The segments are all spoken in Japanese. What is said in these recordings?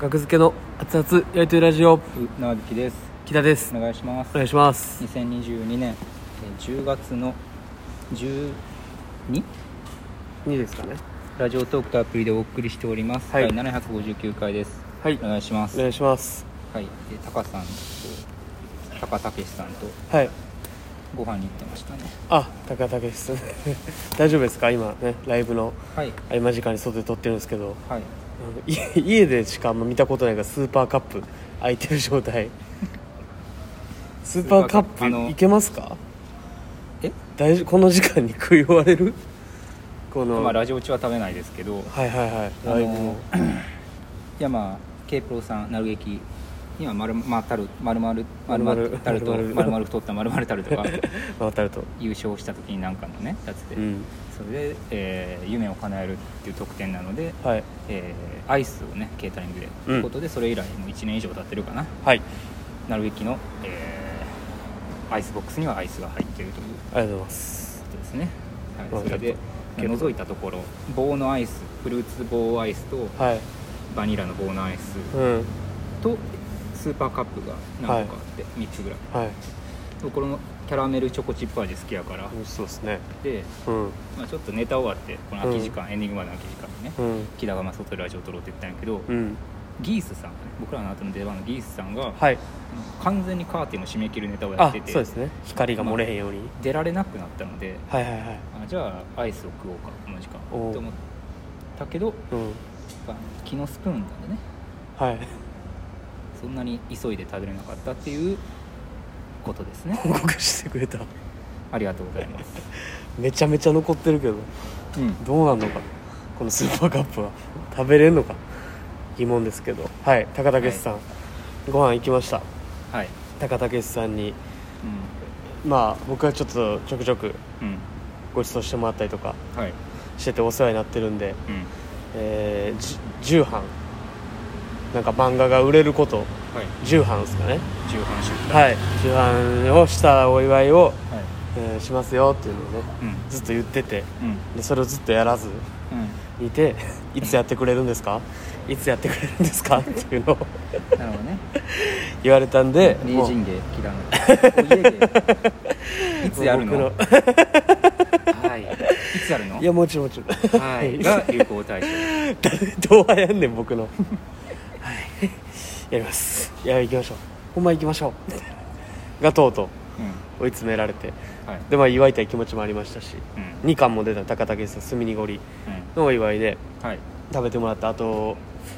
学付けの熱々焼いてるラジオ長引です木田ですお願いしますお願いします2022年えー10月の 12? 2ですかねラジオトークとアプリでお送りしております、はい第759回ですはいお願いしますお願いしますはいでタカさんとタカたけしさんとはいご飯に行ってましたねあ高田です 大丈夫ですか今ねライブのはい合間時間に外で撮ってるんですけどはいい 家でしかあんま見たことないからスーパーカップ空いてる状 態スーパーカッスーパーカップあのプいけますかえ大丈夫この時間に食い終われる この、まあラジオ中は食べないですけどはいはいはいあのライブ のいやまあ K プロさんなる劇には丸まあタル丸々丸丸々々タルと丸丸々々太った丸々タルとか渡ると優勝した時になんかのねやつで、うんそれで、えー夢を叶えるっていう特典なので、はいえーアイスをねケータリングでとうんいうことで、それ以来もう1年以上経ってるかなはいなるべきの、えーアイスボックスにはアイスが入ってるというありがとうございますことですね、わはい、かったそれでけど覗いたところ棒のアイスフルーツ棒アイスとはいバニラの棒のアイスうんとスーパーカップが何個かあって3つぐらい、はいこのキャラメルチョコチップ味好きやから、美味しそうですねで、うんまあ、ちょっとネタ終わってこの空き時間、エンディングまでの空き時間にね、うん木田がまあ外でラジオ撮ろうって言ったんやけど、うんギースさん僕らの後の出番のギースさんが、はい完全にカーテンを締め切るネタをやあっててそうですね光が漏れへんように出られなくなったのではいはいはいあじゃあアイスを食おうかこの時間おうと思ったけどやっうんぱ木のスプーンなんでねはい そんなに急いで食べれなかったっていうことです ね報告してくれたありがとうございます、めちゃめちゃ残ってるけどうん、どうなんのかこのスーパーカップは食べれんのか疑問ですけどはい高武さん、ご飯行きましたはい高武さんにまあ僕はちょっとちょくちょくうんうんご馳走してもらったりとかはいしててお世話になってるんで、うんえー、じ重版なんか漫画が売れることはい重版ですかね重版出荷はい重版をしたお祝いを、はいえーしますよっていうのをねうんずっと言っててうんでそれをずっとやらずい ていつやってくれるんですかいつやってくれるんですか っていうのをうんなるほどね言われたんで名もう人芸キラーのいつやるの僕はいいつやる のいやもちろんもちろんはいが流行大賞どうはやんねん僕の はいやりますいや行きましょうほんま行きましょうがとうとうう追い詰められてんはいでまあ祝いたい気持ちもありましたしうん2巻も出た高竹さん墨濁りうのお祝いでんはい食べてもらったあと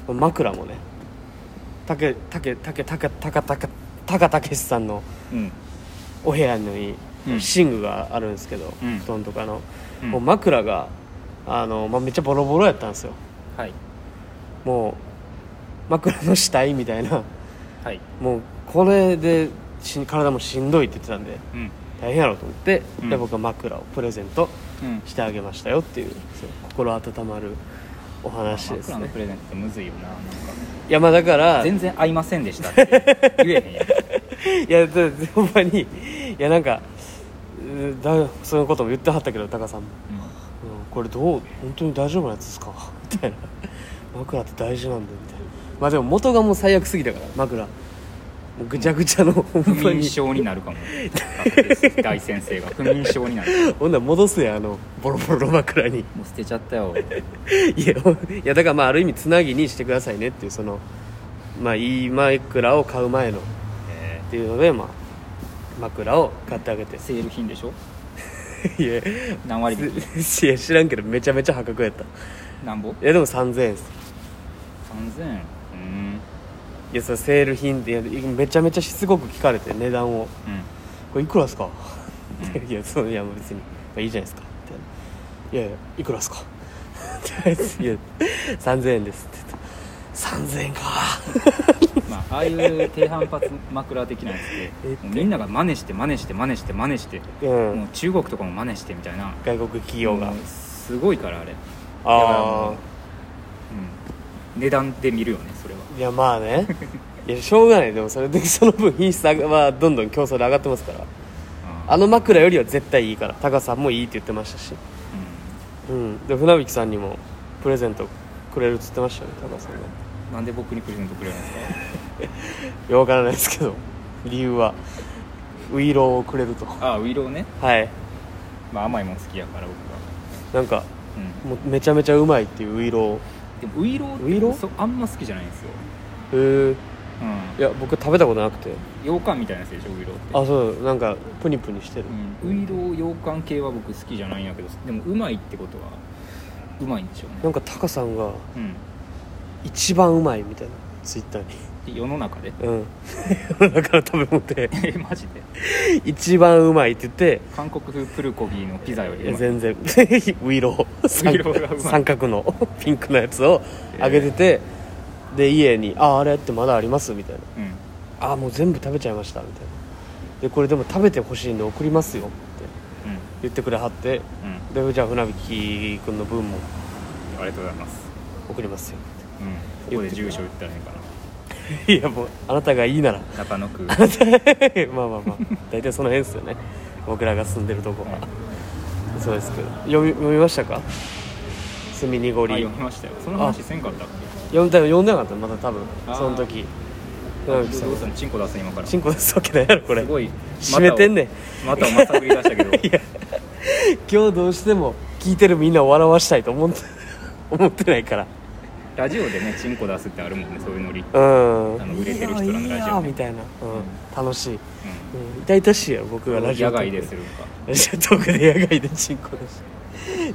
枕もねたけたけたけたけたかたかたかたけしさんのうんお部屋にうん寝具があるんですけど、うん布団とかの、うんもう枕があの、まあ、めっちゃボロボロやったんですよはいもう枕の死体みたいなはいもうこれでし体もしんどいって言ってたんでうん大変やろうと思って、うんで僕は枕をプレゼントうんしてあげましたよっていうそう心温まるお話です枕のねプレゼントってむずいよななんかいやまあだから全然合いませんでしたって言えへ んやんいやだほんまにいやなんかうだそういうことも言ってはったけどタカさんも、うんこれどう本当に大丈夫なやつですかみたいな枕って大事なんだよみたいなまあでも元がもう最悪すぎたから枕もうぐちゃぐちゃのほ不んま眠に症にな るかも大先生が不眠症になるほんなら戻すやんあのボロボロの枕にもう捨てちゃった よいやほんいやだからまあある意味つなぎにしてくださいねっていうそのまあいい枕を買う前のっえていうのでまあ枕を買ってあげてーセール品でしょ いや何割引きいや知らんけどめちゃめちゃ破格やったい何ぼやでも3000円です3000円うんいやそれセール品っていやめちゃめちゃしつこく聞かれて値段をこれいくらですか、うんいやそのいや別に、まあ、いいじゃないですかみたいないやいやいくらですかいや3000円ですって言って3000円かうんまあああいう低反発枕的なやつってもうみんなが真似して真似して真似して真似してうんもう中国とかも真似してみたいな外国企業が、もうすごいからあれあうん、値段で見るよねそれはあいやまあねいやしょうがないでもそれでその分品質はどんどん競争で上がってますからああ、の枕よりは絶対いいから高さもいいって言ってましたしううん、で船引さんにもプレゼントくれるっつってましたよね高田さんがんなんで僕にプレゼントくれるんですかいやわからないですけど理由はウイローをくれるとああウイローね、はいまあ、甘いもん好きやから僕なは、んかうもうめちゃめちゃうまいっていうウイロん、でもウイローってウイローそあんま好きじゃないんですよ、ーへえういや僕食べたことなくてん、羊羹みたいなやつでしょウイローってあそうなんかプニプニしてるうん、ウイロー羊羹系は僕好きじゃないんやけどでもうまいってことはうまいんでしょうなね、んかタカさんがうん、一番うまいみたいなツイッターにで世の中で うん世の中の食べ物でえマジで一番うまいって言って韓国風プルコギのピザよりいやうまい全然ウイロー三ウイローがうまい三角のピンクのやつをあげてて、で家に「ああれってまだあります?」みたいなうん「ああもう全部食べちゃいました」みたいな「でこれでも食べてほしいんで送りますよ」って言ってくれはってう「んでじゃあ船引くんの分もうんありがとうございます、送りますようん、ここで住所言ったらいいか」いやもうあなたがいいならな中野 区まあまあまあ大体その辺ですよね僕らが住んでるとこは、はそうですけど読み読みましたか「墨濁あり」読みましたよその話せんかったっ読んだ読んでなかったまだ多分あーその時けうどんうすんチンコ出す今からチンコ出すわけないやろこれすごい締めてんねんまたをまたをまさぐり出したけど いや今日どうしても聞いてるみんなを笑わしたいと思って 思ってないからラジオでねチンコ出すってあるもんねそういうノリ、うん、うんあの売れてる人らのラジオねいいよいいよみたいな、うんうん楽しい、うん、痛々しいやろ僕がラジオ野トーク外でするんか ラジオトークで野外でチンコ出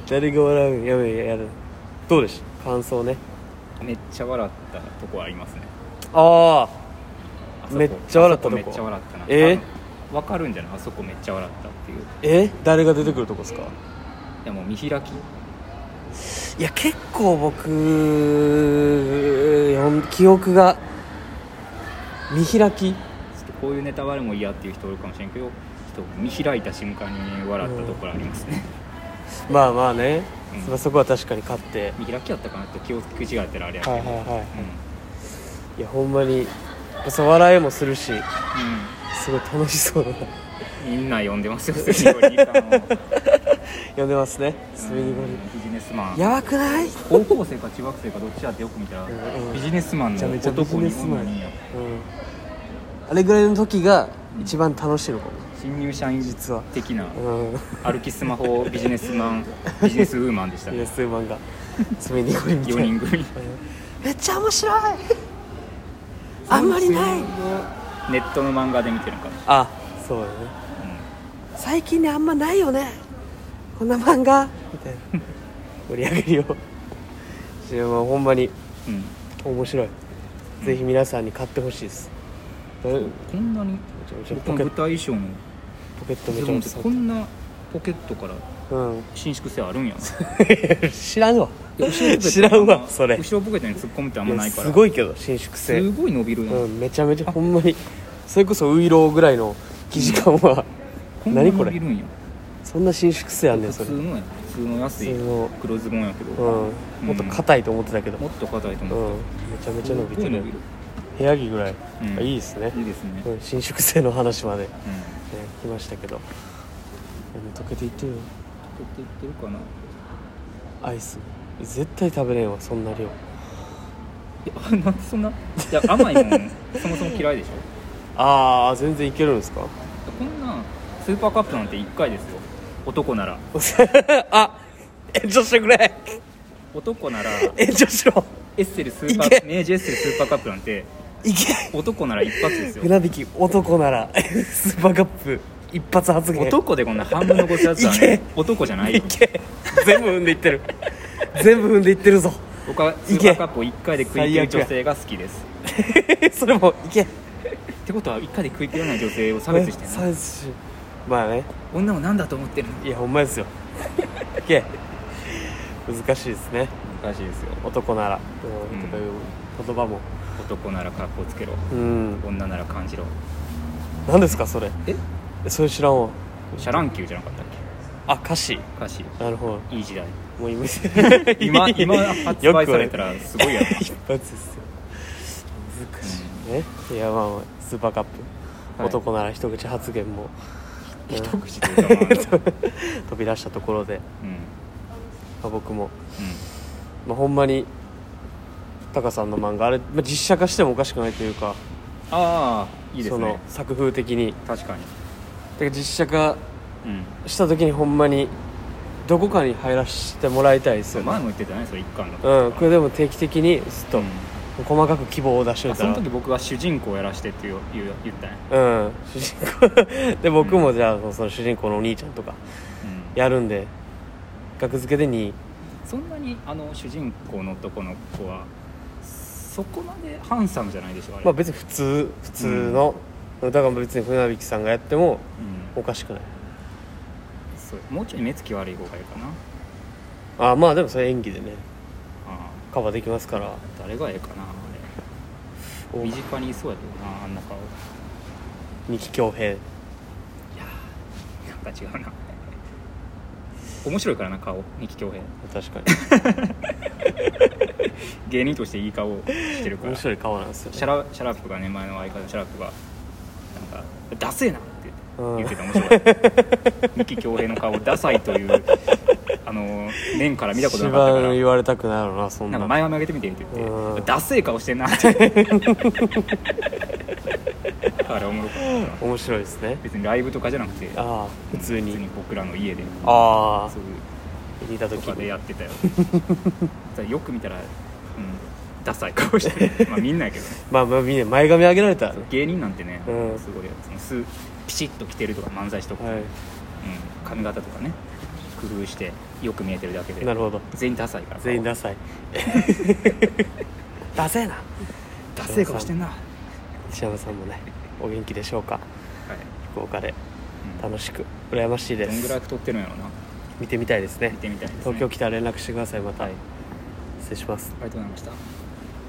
し誰が笑うんやめやるどうでした感想ねめっちゃ笑ったとこありますねああそこめっちゃ笑ったとこあそめっちゃ笑ったなえーあのわかるんじゃないあそこめっちゃ笑ったっていうあいえ誰が出てくるとこですかやもう見開きいや結構僕よん記憶が見開きちょっとこういうネタ割れも嫌っていう人おるかもしれんけどちょっと見開いた瞬間に笑ったところあります ね、まあまあね、うんまあそこは確かに勝って見開きやったかなって気を気違ってるあれやけど、はいはいはうんいいやほんまにそう笑いもするしうんすごい楽しそうだなみんな呼んでます よ、スミゴリーさんを呼んでますね滑り込ビジネスマりン。やばくない、うん、高校生か中学生かどっちやってよく見たら、うんうんビジネスマめンのちゃめちゃビジ男ネにスマン女にやあれぐらいの時が一番楽しいのかも、新入社員実は的なうん、ビ歩きスマホ ビジネスマン、ビジネスウーマンでしたジ ねネ。スマンが滑り込みみたい4な 人組。めっちゃ面白いあんまりないネットの漫画で見てるのかもしあそうだねれない最近ねあんまないよねこんな漫画みたいな盛り上がりをいやまあほんまにうん。うん面白いぜひ皆さんに買ってほしいですだいポこんなにちゃめちゃ僕の舞台衣装のケットめちズボゃンめっちてゃこんなポケットからうん伸縮性あるんやな知らんわいや後ろポケット 知らんわそれ後ろポケットに突っ込むってあんまないからすごいけど伸縮性すごい伸びるやん、うんめちゃめちゃほんまにそれこそウイローぐらいの生地感はこんなに何こ伸れびるんやそんな伸縮性あんねん普それ通のや普通の安い普通の黒ズボンやけど、うんもっと硬いと思ってたけどもっと硬いとう思んう、めちゃめちゃ伸びてすごいる部屋着ぐらい、うんいいですねいいですね、うん伸縮性の話まで、ね、うん来ましたけど溶けていってよっていってるかなアイス絶対食べれんわそんな量いやなん でそんないや甘いもんそもそも嫌いでしょああ全然いけるんですかこんなんスーパーカップなんて1回ですよ男なら あ延長してくれ男なら延長しろエッセルスーパいけー明治エッセルスーパーカップなんていけ男なら一発ですよ船引き男なら スーパーカップ一発発言男でこんな半分残すやつは、いけね、男じゃないいよけ 全部踏んでい ってる全部踏んでいってるぞ 僕はスーパーカップを1回で食い切る最悪や女性が好きですそれもいけってことは1回で食い切らない女性を差別してる差別しまあね女を何だと思ってるのいやほんま ですよいけ難しいですね難しいですよ男なら、ううんん、とかいう言葉も男なら格好つけろうん女なら感じろ何ですかそれええそれ知らんわシャランキューじゃなかったっけあ歌詞歌詞なるほいい時代どもう今 今今発売されたららすごいやろ 一発ですよ難しいね、いやまあまあスーパーカップ、はい男なら一口発言 も一口で言うたな飛び出したところで、うんうんまあ、僕も、まあ、ほんまにタカさんの漫画あれ、まあ、実写化してもおかしくないというかああいいですそのね作風的に確かにだから実写化うんした時にほんまにどこかに入らせてもらいたいですそようね前も言ってたねそれ一巻だったうんこれでも定期的にずっとうん細かく希望を出しといあそたらの時僕は主人公やらしてって言う言う言ったねうん主人公 で僕もじゃあその主人公のお兄ちゃんとかうんやるんで額付けで2そんなにあの主人公の男の子はそこまでハンサムじゃないでしょあれ、まあ別に普通普通の、だから別に船引さんがやってもうおんかしくないそうもうちょい目つき悪い方がいいかなああまあでもそれ演技でねあカバーできますからあ誰がええかなあれ身近にいそうやけどなあんな顔い二木恭平やーなんか違うな面白いからな顔二木恭平確 かに芸人としていい顔してるから面白い顔なんですよ、ね、シャラシャラップがね前の相方のシャラップがなんか「ダセえな」って言ってた 面白かった三木恭平の顔ダサいというあの面から見たことな一かったか番言らわれたくなるなそんななんかの前髪上げてみてって言っうてんダセえ顔してんなってあれおもろかった面白いですね別にライブとかじゃなくてああ普通に僕らの家であそうあいう見たと時かでにやって たよそれよく見たら、うん、ダサい顔してるまあみんなやけどねまあまあみんな前髪上げられたらね芸人なんてね、うんすごいそのスピシッと着てるとか漫才師とか、はうん、髪型とかね工夫してよく見えてるだけでいなるほど全員ダサいから全員ダダ サいダセえ なダセい顔してんな、はい西山さんもねお元気でしょうか福岡でうん楽しく羨ましいでどんぐらいす太ってるんやろな見てみたいですね見てみたいです、ね、東京来たら連絡してくださいまた、はい失礼しますありがとうございました